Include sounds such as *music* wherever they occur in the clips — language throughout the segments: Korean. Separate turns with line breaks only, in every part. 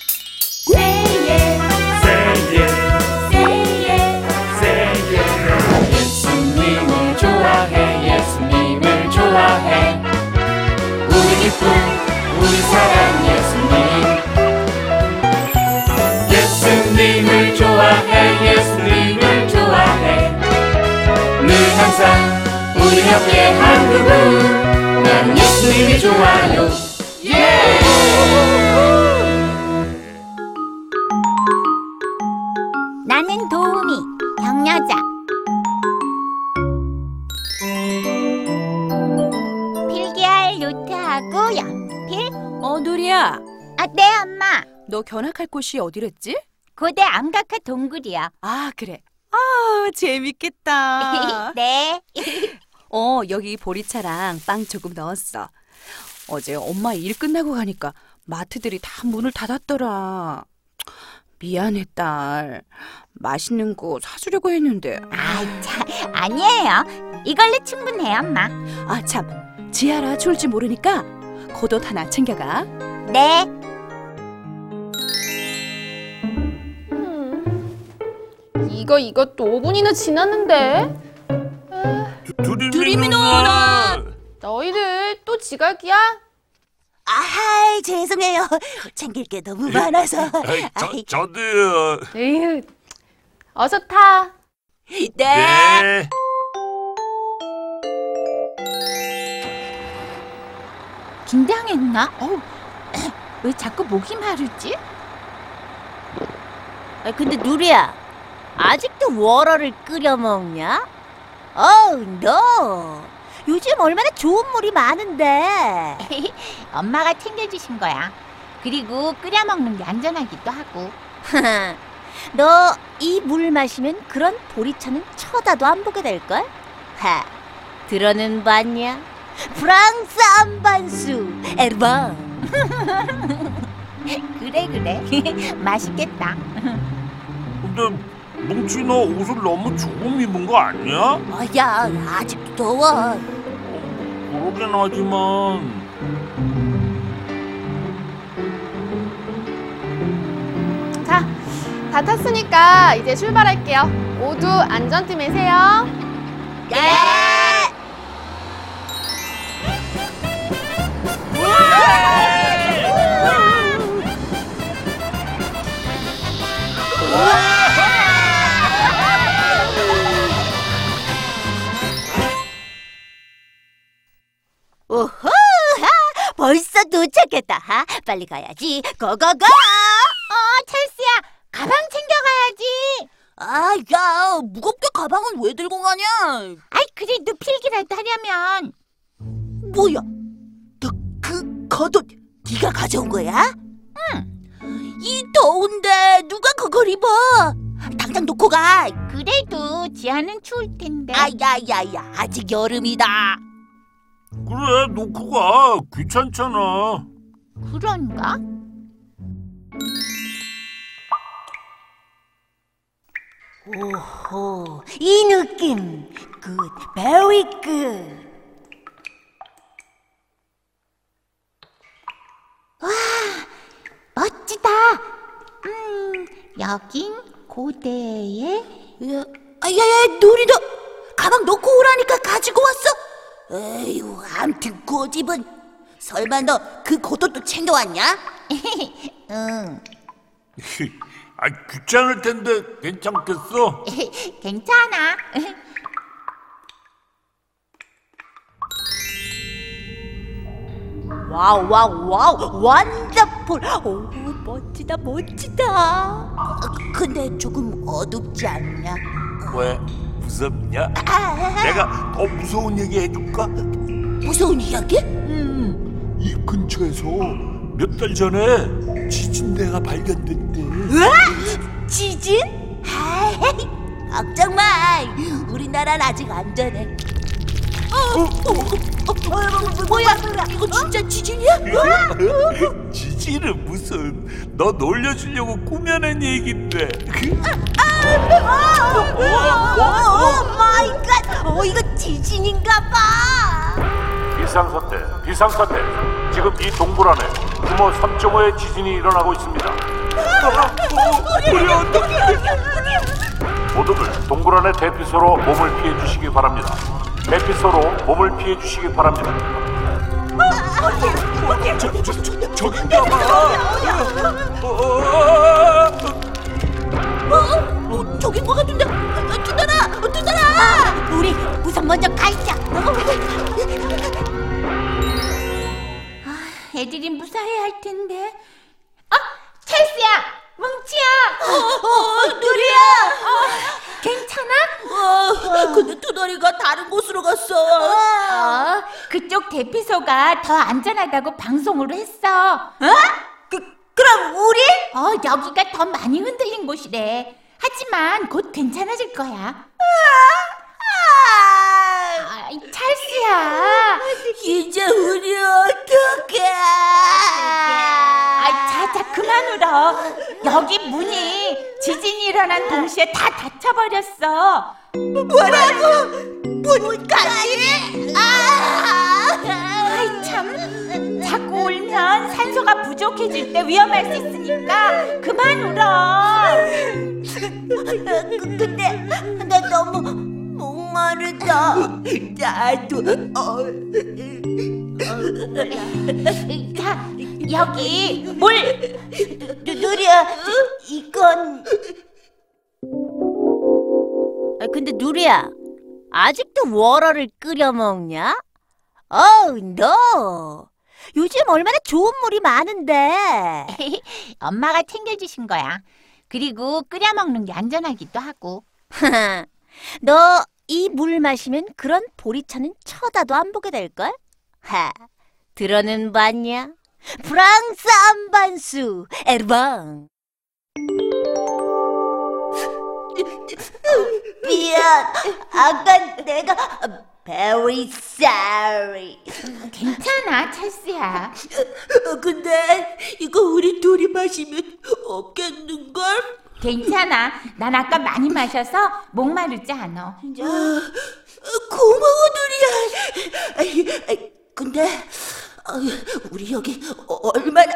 Say yeah, say yeah. 예수님을 좋아해, 예수님을 좋아해. 우리 기쁨, 우리 사랑, 예수님. 예수님을 좋아해, 예수님을 좋아해. 늘 항상 우리 옆에 한 그분. 나는 예수님이 좋아요. 예!
나는 도우미, 격려자. 필기할 노트하고 연필.
어, 누리야.
아, 네, 엄마.
너 견학할 곳이 어디랬지?
고대 암각화 동굴이요.
아, 그래. 아,
*laughs*
재밌겠다.
*laughs* 네.
어, 여기 보리차랑 빵 조금 넣었어. 어제 엄마 일 끝나고 가니까 마트들이 다 문을 닫았더라. 미안해, 딸. 맛있는 거 사주려고 했는데.
아, 자, 아니에요. 이걸로 충분해요, 엄마.
아, 참. 지아라 추울지 모르니까 겉옷 하나 챙겨가.
네.
이거 이것도 5분이나 지났는데
두리미노 나
너희들 또 지각이야?
아하, 죄송해요. *laughs* 챙길 게 너무 많아서.
저, 저도요
에휴 어서 타
네.
예.
네
긴장했나?
*clears throat*
어우, 왜 자꾸 목이 마르지?
아, 근데 누리야, 아직도 워러를 끓여 먹냐? 어우, 너. 요즘 얼마나 좋은 물이 많은데.
*laughs* 엄마가 챙겨주신 거야. 그리고 끓여 먹는 게 안전하기도 하고.
*laughs* 너 이 물 마시면 그런 보리차는 쳐다도 안 보게 될걸? 하, 들어는 봤냐? 프랑스 안반수, *laughs* 에르방.
그래,
*laughs*
그래. 맛있겠다.
근데 뭉치 너 옷을 너무 조금 입은 거 아니야?
어, 야, 아직도 더워.
그러긴 하지만
자 다 탔으니까 이제 출발할게요 모두 안전띠 매세요
오호! 하! 벌써 도착했다. 하! 빨리 가야지. 고고고!
어, 찰스야. 가방 챙겨가야지.
아, 야, 무겁게 가방은 왜 들고 가냐?
아이, 그래도 필기라도 하려면.
뭐야? 너, 그 겉옷 네가 가져온 거야? 응. 이 더운데 누가 그걸 입어? 당장 놓고 가.
그래도 지하는 추울 텐데.
아야야야, 아직 여름이다.
그래 놓고 가 귀찮잖아
그런가?
오호, 이 느낌. 굿, 베리 굿.
멋지다. 음, 여긴 고대의
야, 아, 야, 야, 놀이도 가방 놓고 오라니까 *laughs* 가지고 왔어. 에휴, 암튼 고집은 설마 너 그 고도도 챙겨왔냐?
아 귀찮을 텐데 괜찮겠어?
괜찮아.
와우, 와우, 와우, 완더풀. 오, 멋지다, 멋지다. 어, 근데 조금 어둡지 않냐?
왜 무섭냐? 내가 더 무서운 얘기 해줄까? 음,
무서운 이야기?
이 근처에서 몇 달 전에 지진대가 발견됐대
으악! 지진? 에이, 걱정 마. 우리나라는 아직 안전해. 어, 어, 어, 어, 뭐야? 이거 진짜 지진이야?
지지는 무슨 너 놀려주려고 꾸며낸 얘긴데
아, 오 마이 갓! 어 이거 지진인가 봐.
비상사태, 비상사태. 지금 이 동굴 안에 규모 3.5의 지진이 일어나고 있습니다. 모두들 동굴 안의 대피소로 몸을 피해 주시기 바랍니다. 대피소로 몸을 피해 주시기 바랍니다.
저기 저기 저기 저기 어, 저긴 것 같은데 어, 두달아 두달아 우리 우선 먼저 가 있자
아, 애들이 무사해야 할 텐데. 어, 찰스야, 뭉치야.
어 누리야
괜찮아?
어, 근데 두 다리가 다른 곳으로 갔어
어, 그쪽 대피소가 더 안전하다고 방송으로 했어.
그, 그럼 우리
어, 여기가 더 많이 흔들린 곳이래. 하지만 곧 괜찮아질 거야. 아, 이 찰스야.
이제 우리 어떡해
아, 자자 그만 울어. 여기 문이 지진이 일어난 동시에 다 닫혀버렸어.
뭐라고 문까지 아
아이 참. 자꾸 울면 산소가 부족해질 때 위험할 수 있으니까 그만 울어.
그- 아, 근데 나 너무 목마르다. 나도 어, 어.
자 여기 물
누리야 이건 아, 근데 누리야 아직도 워러를 끓여 먹냐? 어우 너 요즘 얼마나 좋은 물이 많은데
*laughs* 엄마가 챙겨주신 거야. 그리고 끓여 먹는 게 안전하기도 하고.
너 이 물 마시면 그런 보리차는 쳐다도 안 보게 될걸? 하, 들어는 봤냐? 프랑스 안반수, 에르방. 미안, 아까 내가 very sorry.
괜찮아 찰스야.
아, 근데 이거 우리 둘이 마시면 없겠는걸?
괜찮아. 난 아까 많이 마셔서 목마르지 않아.
고마워 누리야. 아이, 아이, 근데 어, 우리 여기 얼마나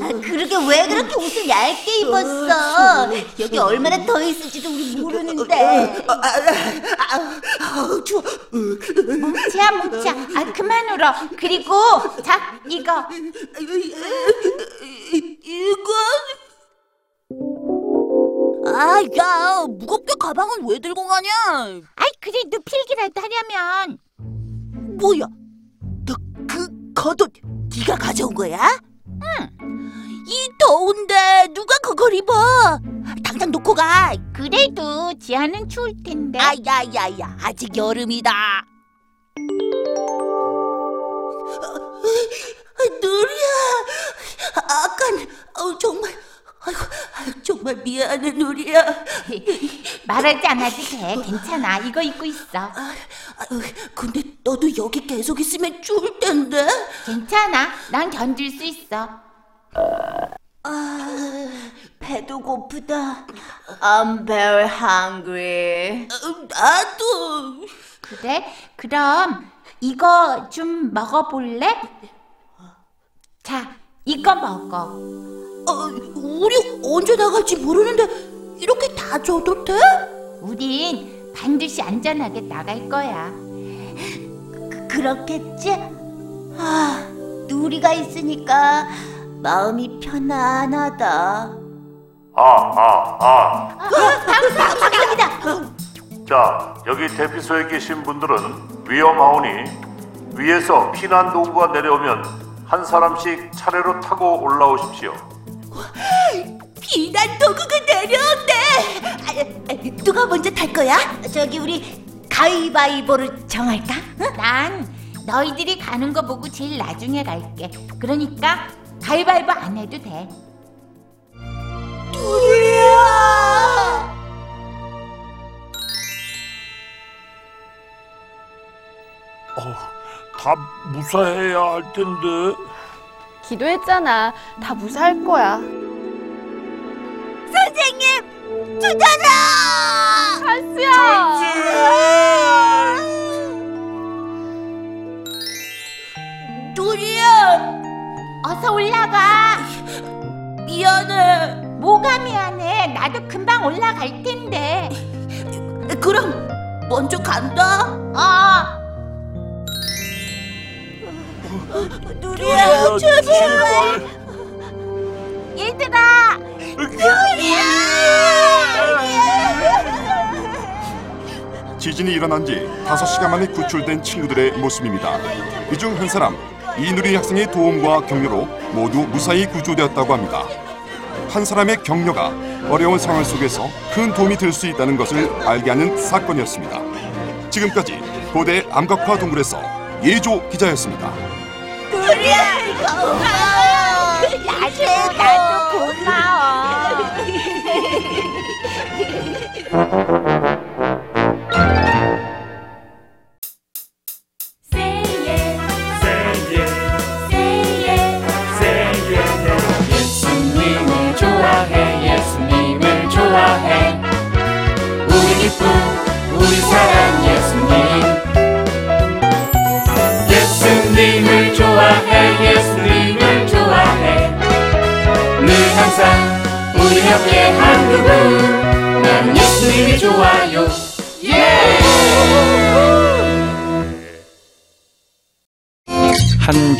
아,
그러게 왜 그렇게 옷을 얇게 입었어? 여기 얼마나 더 있을지도 우리 모르는데. 아, 어,
뭉치야 뭉치야. 아 그만 울어. 그리고 자 이거
이건 아, 야, 무겁게 가방은 왜 들고 가냐?
아이 그래 도 필기라도 하려면
뭐야? 너 그 겉옷 네가 가져온 거야? 응. 이 더운데 누가 그걸 입어? 당장 놓고 가.
그래도 지하는 추울 텐데
아야야야, 아직 여름이다. 누리야, 아깐 어, 정말 아이고, 아이고, 정말 미안해 누리야.
말하지 않아도 돼 괜찮아 이거 입고 있어
아유, 근데 너도 여기 계속 있으면 추울 텐데.
괜찮아 난 견딜 수 있어
아, 배도 고프다.
I'm very hungry.
음, 나도.
그래 그럼 이거 좀 먹어볼래 자 이거 먹어
어, 우리 언제 나갈지 모르는데 이렇게 다 줘도 돼?
우린 반드시 안전하게 나갈 거야
그렇겠지? 아, 누리가 있으니까 마음이 편안하다.
아, 아, 아.
방방방이다.
자, 여기 대피소에 계신 분들은 위험하오니 위에서 피난 도구가 내려오면 한 사람씩 차례로 타고 올라오십시오.
비단 도구가 내려온대. 아, 아, 누가 먼저 탈 거야? 저기 우리 가위바위보를 정할까? 응?
난 너희들이 가는 거 보고 제일 나중에 갈게 그러니까 가위바위보 안 해도 돼.
누리야.
다 무사해야 할 텐데.
기도했잖아. 다 무사할 거야.
선생님, 주잖아!
찰스야!
누리야,
어서 올라가.
미안해.
뭐가 미안해. 나도 금방 올라갈 텐데.
그럼 먼저 간다.
어.
누리야, 제발.
얘들아.
지진이 일어난 지 5시간 만에 구출된 친구들의 모습입니다. 이 중 한 사람, 이누리 학생의 도움과 격려로 모두 무사히 구조되었다고 합니다. 한 사람의 격려가 어려운 상황 속에서 큰 도움이 될 수 있다는 것을 알게 하는 사건이었습니다. 지금까지 고대 암각화 동굴에서 예조 기자였습니다.
누리야, 고마워. 나도, 나도
고마워.
예수님을 좋아해 예수님을 좋아해 우리 기쁨 우리 사랑 예수님 예수님을 좋아해 예수님을 좋아해 늘 항상 우리 옆에 한 그분 난 예수님이 좋아요 예!
한